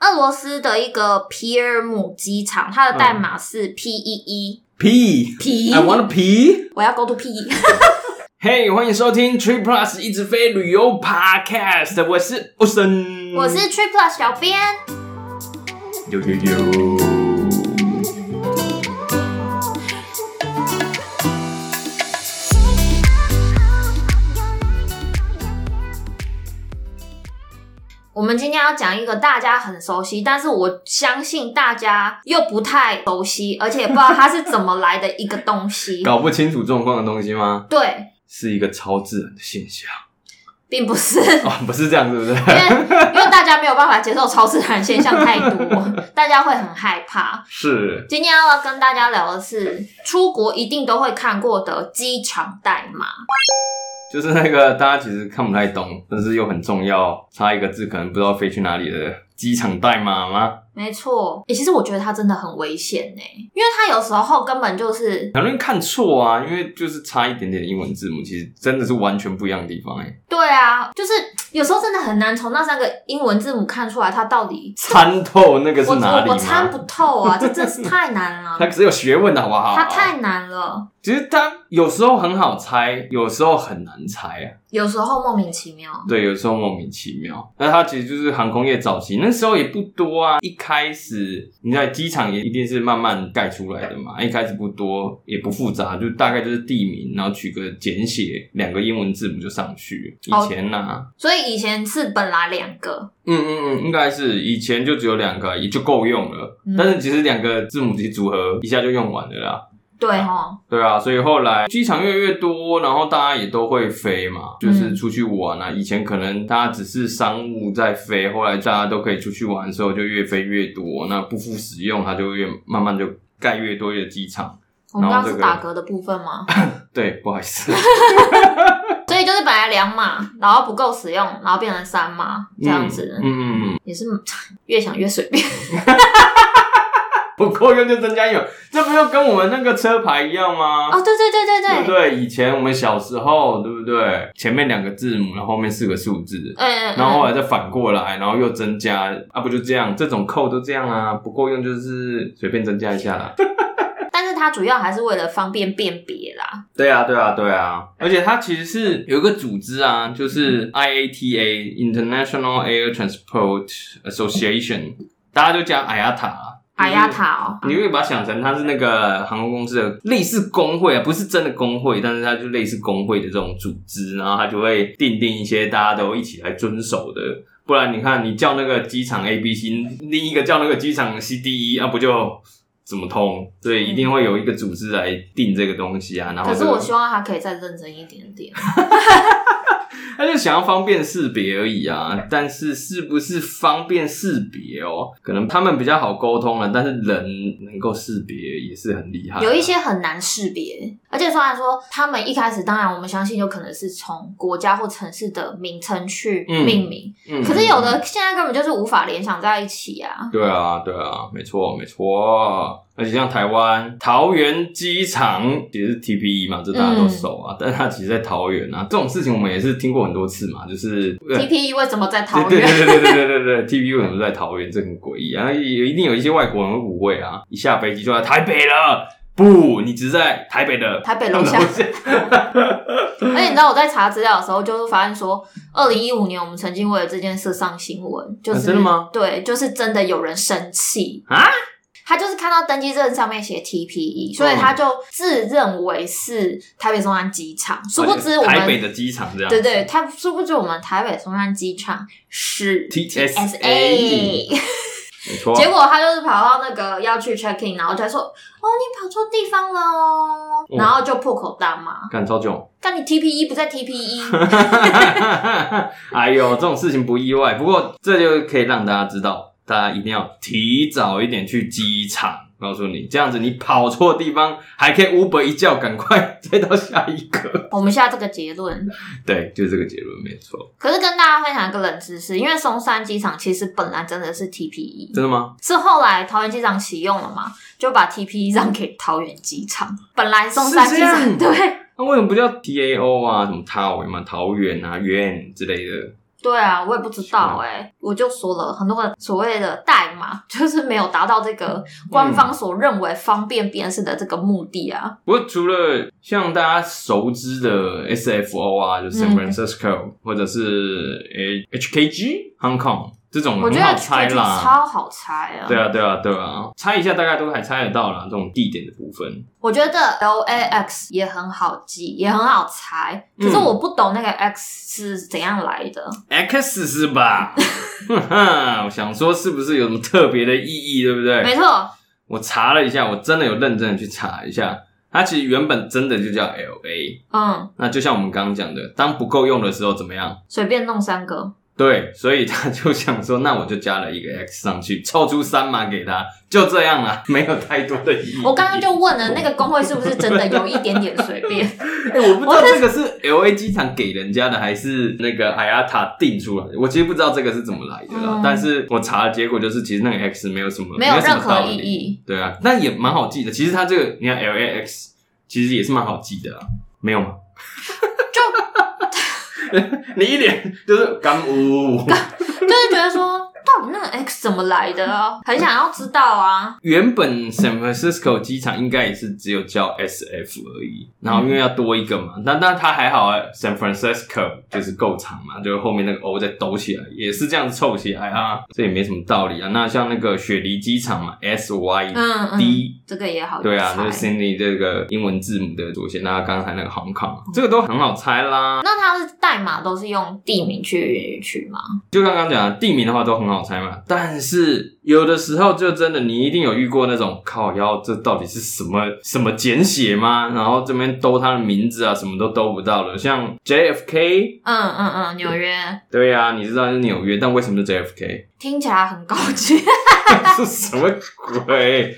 俄罗斯的一个皮尔姆机场，它的代码是 P 一一 P P， I want a P。我要 go to P 一。嘿，欢迎收听 Tree Plus 一直飞旅游 Podcast，我是 o c e n 我是 Trip Plus 小编，有有有。我们今天要讲一个大家很熟悉，但是我相信大家又不太熟悉，而且也不知道它是怎么来的一个东西。 搞不清楚状况的东西吗？对，是一个超自然的现象 并不是，哦，不是这样，是不是？ 因为因为大家没有办法接受超自然现象太多，大家会很害怕。是今天要跟大家聊的是出国一定都会看过的机场代码。就是那个大家其实看不太懂，但是又很重要，差一个字可能不知道飞去哪里的机场代码吗？没错，诶、其实我觉得它真的很危险呢、因为它有时候根本就是很容易看错啊，因为就是差一点点的英文字母，其实真的是完全不一样的地方哎、对啊，就是有时候真的很难从那三个英文字母看出来它到底参透那个是我哪我里我参吗？不透啊，这 真是太难了它，可是有学问的好不好？它太难了，其实它有时候很好猜，有时候很难猜啊。有时候莫名其妙。对，有时候莫名其妙。那它其实就是航空业早期那时候也不多啊，一开始你在机场也一定是慢慢盖出来的嘛，一开始不多也不复杂，就大概就是地名，然后取个简写，两个英文字母就上去。哦以前呐、啊所以以前是本来两个，嗯嗯嗯，应该是以前就只有两个，也就够用了。嗯但是其实两个字母其实组合一下就用完了啦。对哦，对啊，所以后来机场越来越多，然后大家也都会飞嗯嘛，就是出去玩啊。以前可能大家只是商务在飞，后来大家都可以出去玩的时候，就越飞越多。那不敷使用，它就越慢慢就盖越多的机场。我们然刚刚后这是个打嗝的部分吗？ 对，不好意思，嗯所以就是本来两码，然后不够使用，然后变成三码这样子，嗯嗯嗯，嗯也是越想越随便。不够用就增加一码，这不就跟我们那个车牌一样吗？哦，对对对对啊对不对，对？以前我们小时候，对不对？前面两个字母，然后后面四个数字，嗯嗯，然后嗯后来再反过来，然后又增加啊，不就这样？这种扣都这样啊，不够用就是随便增加一下啦。但是它主要还是为了方便辨别啦。对啊，对啊，对啊。而且它其实是有一个组织啊，就是 IATA International Air Transport Association，大家就讲 IATA 啦。哎呀，塔哦，嗯你可以把它想成它是那个航空公司的类似工会啊，不是真的工会，但是它就类似工会的这种组织，然后它就会定定一些大家都一起来遵守的。不然你看，你叫那个机场 A B C，另一个叫那个机场 C D E，啊不就怎么通？所以一定会有一个组织来定这个东西啊。然后可这是个我希望它可以再认真一点点。他就想要方便识别而已啊，但是是不是方便识别哦？可能他们比较好沟通了，但是人能够识别也是很厉害啊、有一些很难识别，而且虽然说他们一开始，当然我们相信有可能是从国家或城市的名称去嗯命名，嗯，可是有的现在根本就是无法联想在一起啊。对啊，对啊，没错，没错。而且像台湾桃园机场也是 TPE 嘛，这大家都熟啊。但是它其实，在桃园啊，这种事情我们也是听过很多次嘛，就是对 TPE E 为什么在桃对园？对对对对对对，TPE 为什么在桃园？这很诡异啊！有一定有一些外国人会误会啊，一下飞机就在台北了，不，你只是在台北的台北楼下 而且你知道我在查资料的时候，就是发现说，二零一五年我们曾经为了这件事上新闻，就是、啊真的吗？对，就是真的有人生气啊。他就是看到登机证上面写 TPE，所以嗯他就自认为是台北松山机场，殊不知我们台北的机场这样，对对，他殊不知我们台北松山机场是 TSA 没错。结果他就是跑到那个要去 check in，然后就说：“哦，你跑错地方了哦。嗯然后就破口大骂干超囧，：“但你 TPE 不在 E TPE，哎呦，这种事情不意外，不过这就可以让大家知道，大家一定要提早一点去机场。告诉你，这样子你跑错地方，还可以 Uber 一叫，赶快再到下一个。我们下这个结论。对，就是这个结论，没错。可是跟大家分享一个冷知识，因为松山机场其实本来真的是 TPE，真的吗？是后来桃园机场启用了嘛，就把 TPE 让给桃园机场。本来松山是机这 样场对，那、为什么不叫 TAO 啊？什么 TAO 嘛，桃园啊、园之类的？对啊，我也不知道是哎、我就说了很多的所谓的代码，就是没有达到这个官方所认为方便辨识的这个目的啊。不过除了像大家熟知的 SFO 啊，就嗯 San Francisco，、或者是 H HKG Hong Kong 这种我嗯很觉得好这猜个啦，超好猜啊。对啊，对啊，对啊，猜一下大概都还猜得到啦，这种地点的部分。我觉得 L A X 也很好记，也很好猜，嗯可是我不懂那个 X 是怎样来的。 X 是吧？哼哼， 我想说是不是有什么特别的意义，对不没对？错，我查了一下，我真的有认真的去查一下，它其实原本真的就叫 L A。嗯，那就像我们刚刚讲的，当不够用的时候怎么样？随便弄三个，对，所以他就想说，那我就加了一个 X 上去，凑出三码给他，就这样啦，没有太多的意义。我刚刚就问了那个工会是不是真的有一点点随 便？哎、我不知道这个是 L A 机场给人家的，还是那个 IATA 定出来的。我其实不知道这个是怎么来的啦，嗯但是我查的结果就是，其实那个 X 没有什么，没有有什任么道何意理。义。对啊，但也蛮好记的。其实它这个，你看 L A X，其实也是蛮好记的啊，没有吗？就 你一脸就是干呜。就是觉得说，到底那个 X 怎么来的啊？很想要知道啊。原本 San Francisco 机场应该也是只有叫 SF 而已，然后因为要多一个嘛，但但它还好啊，San Francisco 就是够长嘛，就是后面那个 O 再抖起来，也是这样凑起来啊，这也没什么道理啊。那像那个雪梨机场嘛，SY 嗯嗯 D，、这个也好猜，对啊，就是 Sydney 这个英文字母的缩写。那刚才那个 Hong Kong，这个都很好猜啦。那它是代码都是用地名去取吗？就刚刚讲的地名的话都很好猜嘛，但是有的时候就真的你一定有遇过那种靠腰，这到底是什么什么简写吗？然后这边兜他的名字啊，什么都兜不到了。像 JFK，嗯嗯嗯，纽约对呀、啊，你知道是纽约，但为什么是 JFK？听起来很高级。 是什么鬼？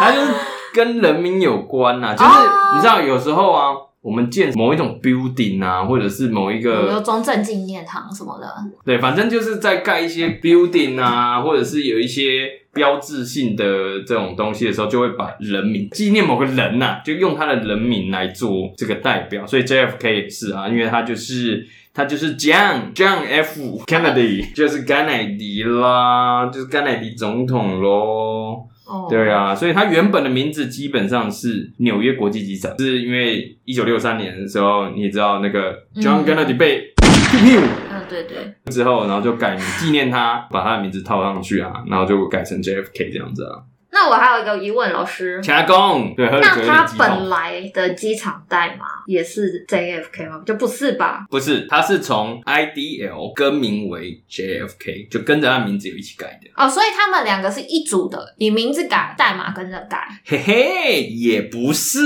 它就是跟人民有关呐、啊，就是哦你知道有时候啊，我们建某一种 building 啊，或者是某一 比如说个中正纪念堂什么的，对，反正就是在盖一些 building 啊，或者是有一些标志性的这种东西的时候，就会把人名纪念某个人呐、就用他的人名来做这个代表。所以 JFK 也是啊，因为他就是他就是 John John F Kennedy，就是甘乃迪啦，就是甘乃迪总统咯。哦，对，啊，所以它原本的名字基本上是纽约国际机场，是因为一九六三年的时候，你也知道那个 John 嗯 Kennedy 被 pew 嗯，对对，之后，然后就改名纪念他，把他的名字套上去啊，然后就改成 JFK 这样子啊。那我还有一个疑问，老师，卡工，对，喝了酒那有点它激本动。来的机场代码也是 JFK 吗？就不是吧？不是，他是从 IDL 更名为 JFK，就跟着他名字有一起改的。哦，所以他们两个是一组的，你名字改，代码跟着改。 嘿嘿，也不是，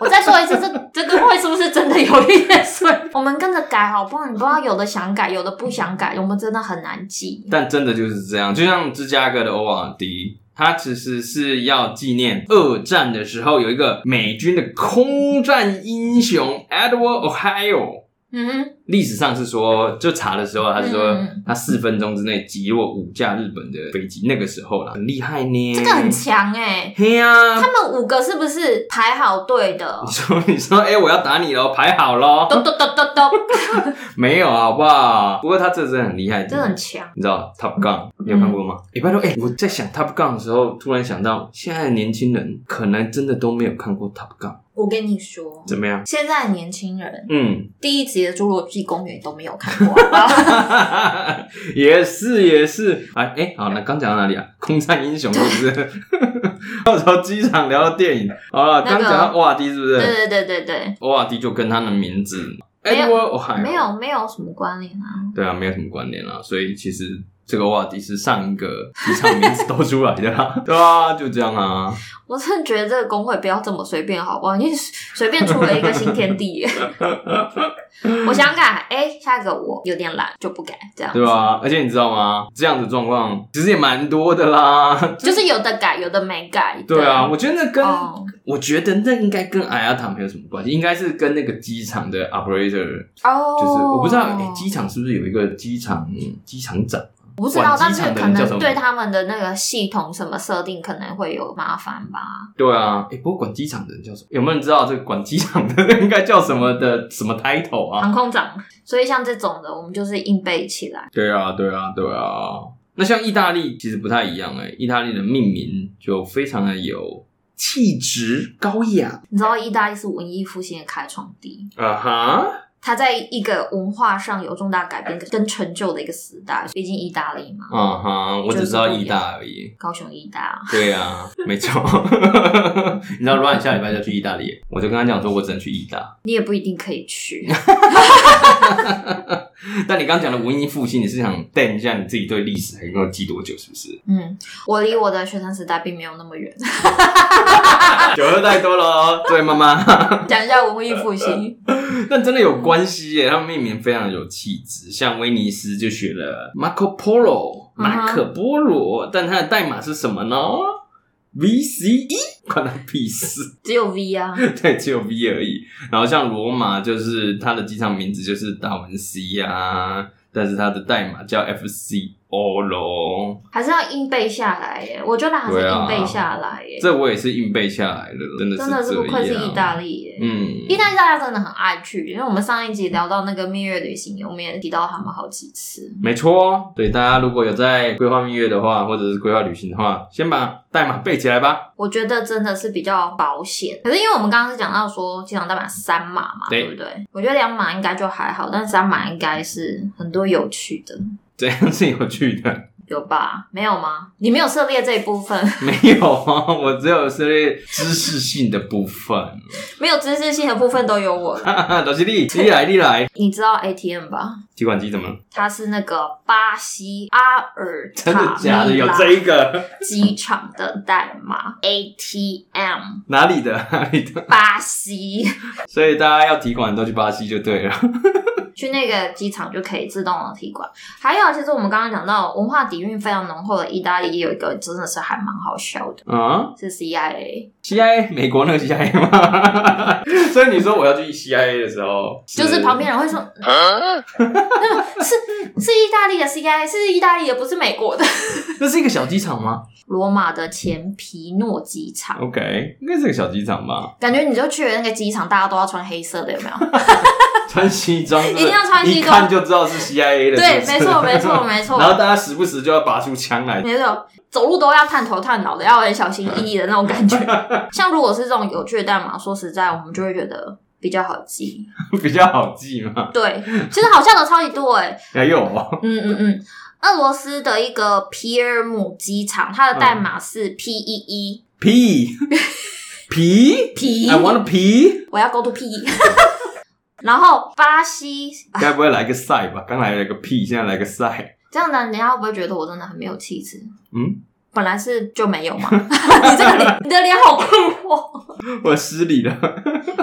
我再说一次，这这个会是不是真的有一点水？ 我们跟着改好不好？你不知道有的想改，有的不想改，我们真的很难记。但真的就是这样。就像芝加哥的 ORD，它其实是要纪念二战的时候有一个美军的空战英雄 Edward Ohio。嗯哼，历史上是说，就查的时候，他是说嗯他四分钟之内击落五架日本的飞机，那个时候啦，很厉害呢。这个很强哎、嘿呀、他们五个是不是排好队的你？说你说，哎、我要打你喽，排好喽， 咚咚咚咚咚，没有啊好不好？不过他这真的很厉害，真的很嗯强。你知道 Top Gun 你有看过吗？哎、拜托，哎、我在想 Top Gun 的时候，突然想到现在的年轻人可能真的都没有看过 Top Gun，我跟你说，怎么样？现在的年轻人嗯，第一集的《侏罗纪公园》都没有看过，啊好不 好也是也是，哎、哎、好，那刚讲到哪里啊？ 空战英雄是不是？ 到时候机场聊到电影，好了，那刚个讲到瓦迪是不对是？对对对对，瓦迪就跟他的名字没有 Edward Ohio 没有没有什么关联啊。对啊，没有什么关联啦，所以其实这个瓦迪是上一个机场名字都出来 的啦，对啊，就这样啊。我真的觉得这个工会不要这么随便，好不好？你随便出了一个新天地 耶。我想改，哎、下一个我有点懒，就不改这样。对啊，而且你知道吗？这样的状况其实也蛮多的啦。就是有的改，有的没改。对啊，我觉得那跟、哦我觉得那应该跟艾亚塔没有什么关系，应该是跟那个机场的 operator，、哦，就是我不知道，哎、机场是不是有一个机场机场长？我不知道，管但机是场的可人叫什能么对他们的那个系统什么设定可能会有麻烦吧。对啊，哎、不过管机场的人叫什么？有没有人知道这个管机场的人应该叫什么的什么 title 啊？航空长，所以像这种的，我们就是硬背起来。对啊，对啊，对啊。那像意大利其实不太一样哎、意大利的命名就非常的有气质高雅。你知道，意大利是文艺复兴的开创地，啊哈，它在一个文化上有重大改变跟成就的一个时代。毕竟意大利嘛，啊哈，我只知道意大而已。高雄意大，对啊，没错。 你知道，Ryan 下礼拜就去意大利，我就跟他讲说，我只能去意大。你也不一定可以去。但你刚讲的文艺复兴，你是想带一下你自己对历史还能够记多久，是不是？嗯，我离我的学生时代并没有那么远。 啊酒喝太多了哦，对妈妈。 讲一下文艺复兴，但真的有关系耶，他们命名非常有气质，像威尼斯就学了 Marco 嗯 Polo 哼马可波罗，但它的代码是什么呢？VCE，关他屁事，只有 V 啊， 对，只有 V 而已。然后像罗马，就是它的机场名字就是达文西啊，但是它的代码叫 FCO 咯。还是要硬背下来耶。我觉得还是对啊硬背下来耶。这我也是硬背下来的，啊真的是真的是不愧是这样意大，利耶。嗯，意大利大家真的很爱去，因为我们上一集聊到那个蜜月旅行，我们也提到他们好几次。没错，哦对大家如果有在规划蜜月的话，或者是规划旅行的话，先把代码背起来吧。我觉得真的是比较保险。可是因为我们刚刚是讲到说机场代码三码嘛，对对不对？我觉得两码应该就还好，但三码应该是很多有趣的，这样是有趣的，有吧？没有吗？你没有涉猎这一部分， 没有啊，我只有涉猎知识性的部分。没有知识性的部分都有我。哈哈，老师弟，你来，你来，你知道 ATM 吧？提款机怎么了？它是那个巴西阿尔真的塔假的？米有拉这一个？机场的代码 ATM 哪里的？ 哪里的？巴西，所以大家要提款都去巴西就对了。 去那个机场就可以自动的提款。还有，啊其实我们刚刚讲到文化底蕴非常浓厚的意大利，也有一个真的是还蛮好笑的，啊是 CIA， ，CIA 美国那个 CIA 吗？ 所以你说我要去 CIA 的时候，就是旁边人会说，是 是意大利的 CIA，是意大利的，不是美国的。那是一个小机场吗罗马的前皮诺机场， ？OK，应该是个小机场吧。 感觉你就去了那个机场，大家都要穿黑色的，有没有？穿西装是不是，一定要穿西装一看就知道是 CIA 的。对，是不是没错，没错，。没错。 然后大家时不时就要拔出枪来， 没有，走路都要探头探脑的，要很小心翼翼的那种感觉。像如果是这种有趣的代码，说实在，我们就会觉得比较好记。比较好记嘛。对，其实好笑的超级多哎、还有哦，嗯嗯嗯。俄罗斯的一个皮尔姆机场，它的代码是 P E E 皮皮 P， ，I want 皮，我要 go to P。然后巴西该不会来个赛吧？刚来了个屁，现在来个赛，这样的，人家会不会觉得我真的很没有气质？嗯，本来是就没有 嘛。你这个脸，你的脸好困惑。我失礼了。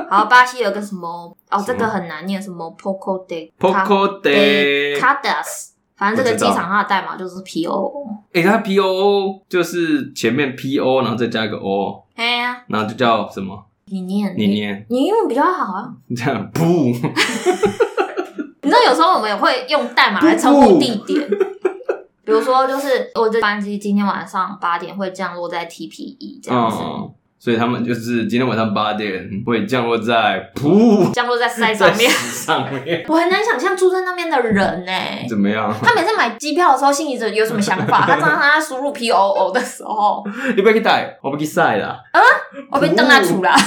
然后巴西有个什么哦，什么这个很难念，什么 Poco de Poco de， Cadas，反正这个不知机道场它的代码就是 PO。诶，它 P O O 就是前面 P O，然后再加一个 O，哎呀，然后就叫什么？你念你念你英文比较好啊。这样不？你知道有时候我们也会用代码来称呼地点，比如说就是我的班机今天晚上八点会降落在 TPE 这样子，嗯，所以他们就是今天晚上八点会降落在噗。降落在塞在上面。上面我很难想象住在那边的人呢、怎么样？他每次买机票的时候，心里有什么想 法？他常常在输入 P O O 的时候，你不要去带，我不去晒啦。我被瞪他出来。哦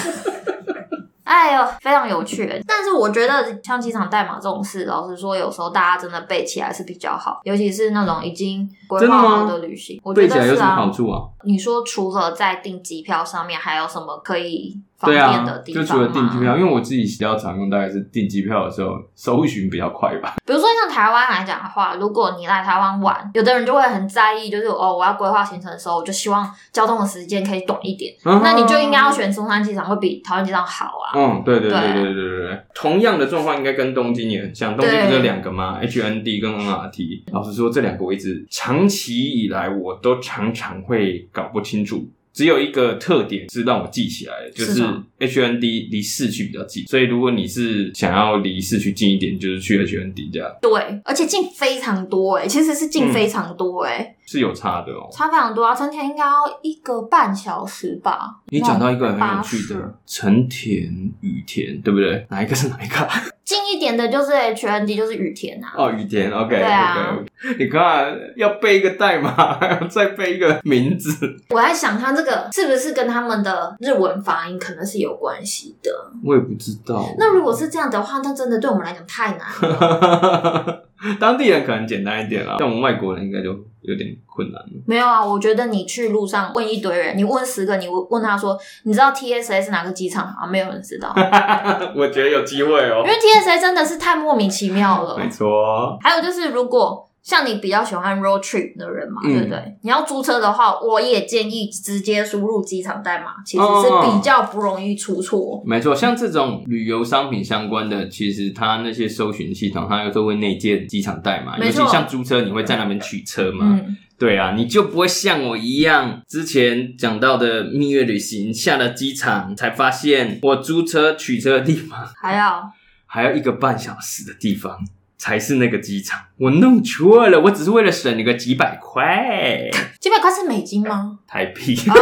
哎呦，非常有趣。但是我觉得像机场代码这种事，老实说，有时候大家真的背起来是比较好，尤其是那种已经规真的划吗好的旅行，我觉背起得来有是什么好啊。处啊？你说除了在订机票上面，还有什么可以方对便啊的，地就方除了吗订机票，因为我自己比较常用，大概是订机票的时候搜寻比较快吧。比如说像台湾来讲的话，如果你来台湾玩，有的人就会很在意，就是哦，我要规划行程的时候，我就希望交通的时间可以短一点。那你就应该要选松山机场，会比桃园机场好啊。嗯，对对对对对对对对，同样的状况应该跟东京也很像。东京不是有两个吗？HND 跟 NRT。老实说，这两个位置长期以来我都常常会搞不清楚。只有一个特点是让我记起来的，就是是什么 HND 离市区比较近，所以如果你是想要离市区近一点，就是去 HND 这样对，而且进非常多哎、其实是嗯进非常多哎、是有差的哦。差非常多啊，成田应该要一个半小时吧。你讲到一个很那有种趣巴士的，成田、羽田，对不对？哪一个是哪一个啊？近一点的就是 HND，就是羽田啊。哦，雨田，OK，对啊 o k 你看要背一个代码， 再背一个名字，我在想，它这个是不是跟他们的日文发音可能是有关系的？我也不知道。 那如果是这样的话，那真的对我们来讲太难了。当地人可能简单一点啦，像我们外国人应该就有点困难。没有啊，我觉得你去路上问一堆人，你问十个，你问他说，你知道 TSA 是哪个机场吗？没有人知 道，我觉得有机会哦因为 TSA 真的是太莫名其妙了。没错，还有就是，如果像你比较喜欢 road trip 的人嘛，嗯对不对？你要租车的话，我也建议直接输入机场代码，其实是哦比较不容易出错。没错。像这种旅游商品相关的，其实它那些搜寻系统，它有时候会内建机场代码，尤没其错像租车，你会在那边取车吗？嗯，对啊，你就不会像我一样，之前讲到的蜜月旅行，下了机场才发现我租车取车的地方 还要还要一个半小时的地方才是那个机场，我弄错了，我只是为了省你个几百块几百块是美金吗？台币。 天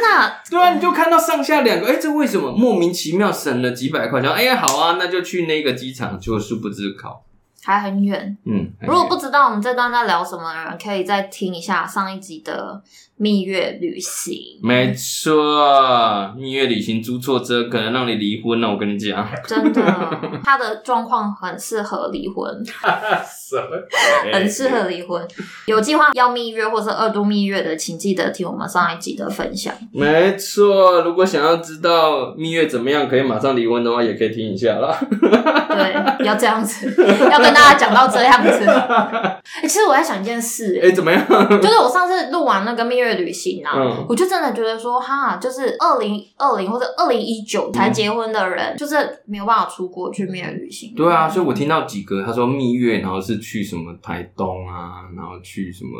哪！啊对啊，你就看到上下两个，哎、这为什么莫名其妙省了几百块？然后哎呀，好啊，那就去那个机场，就殊不知考，还很远。嗯，如果不知道我们这段在聊什么的人，可以再听一下上一集的蜜月旅行。哎没错，蜜月旅行租错车可能让你离婚了，我跟你讲。真的， 他的状况很适合离婚，什么？ 很适合离婚。有计划要蜜月或是二度蜜月的，请记得听我们上一集的分享。没错，如果想要知道蜜月怎么样可以马上离婚的话，也可以听一下啦。 对，要这样子，要跟大家讲到这样子。欸、其实我在想一件事、哎、欸，怎么样？就是我上次录完那个蜜月旅行啊， 嗯我就真的觉得说，哈，就是二零二零或者二零一九才嗯结婚的人，就是没有办法出国去蜜月旅行。对啊，所以我听到几个他说蜜月，然后是去什么台东啊，然后去什么，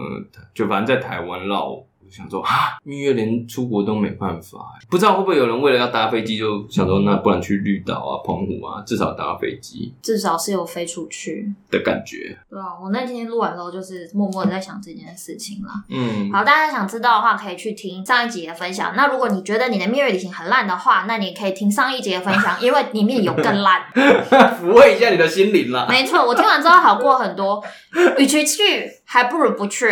就反正在台湾绕。我就想说啊，蜜月连出国都没办法，不知道会不会有人为了要搭飞机就想说，那不然去绿岛啊、澎湖啊，至少搭飞机至少是有飞出去。的感觉。对啊，我那天录完之后，就是默默的在想这件事情啦。嗯，好，大家想知道的话，可以去听上一集的分享。那如果你觉得你的蜜月旅行很烂的话，那你也可以听上一集的分 享，因为里面有更烂。 抚慰一下你的心灵啦。没错，我听完之后好过很多。与其去，还不如不去。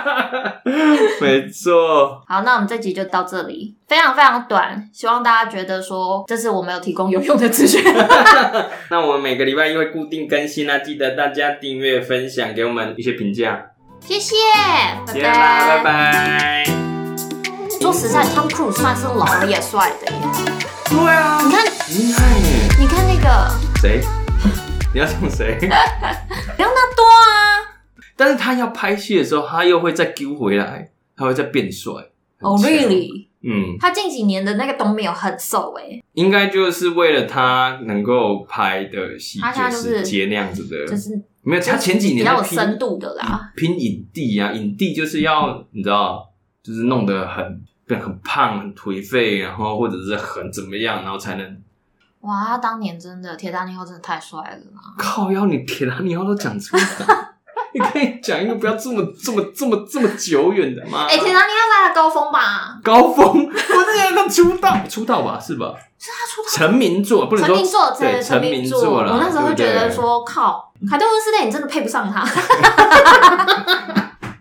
没错。好，那我们这集就到这里，非常非常短，希望大家觉得说这是我们有提供有用的资讯。那我们每个礼拜一会固定更新啊，记得大家订阅、分享，给我们一些评价。谢谢，拜谢谢啦，拜。拜拜。说实在，Tom Cruise 算是老了也帅的耶。对啊， 你看，厉害耶！你看那个谁？ 你要讲谁？莱昂纳多啊，但是他要拍戏的时候，他又会再丢回来，他会再变帅。很哦、r 强 e a l l y 嗯，他近几年的那个都没有很瘦哎，应该就是为了他能够拍的戏他现在就就是是接那样子的，就是没有他前几比年较有在拼深度的啦。嗯拼影帝啊，影帝就是要你知道，就是弄得很变很胖、很颓废，然后或者是很怎么样，然后才嗯能哇，他当年真的铁达尼号真的太帅了啦。靠腰。你铁达尼号都讲 出来，你可以讲一个不要这么这么这么这么久远的吗？哎、铁达尼号来的高峰吧？高峰，我之前他出道出道吧，是吧？是他出道成名作不能成说名作，真对的成成名作作。啦我那时候对会不觉对得说，靠，海德温斯坦你真的配不上他。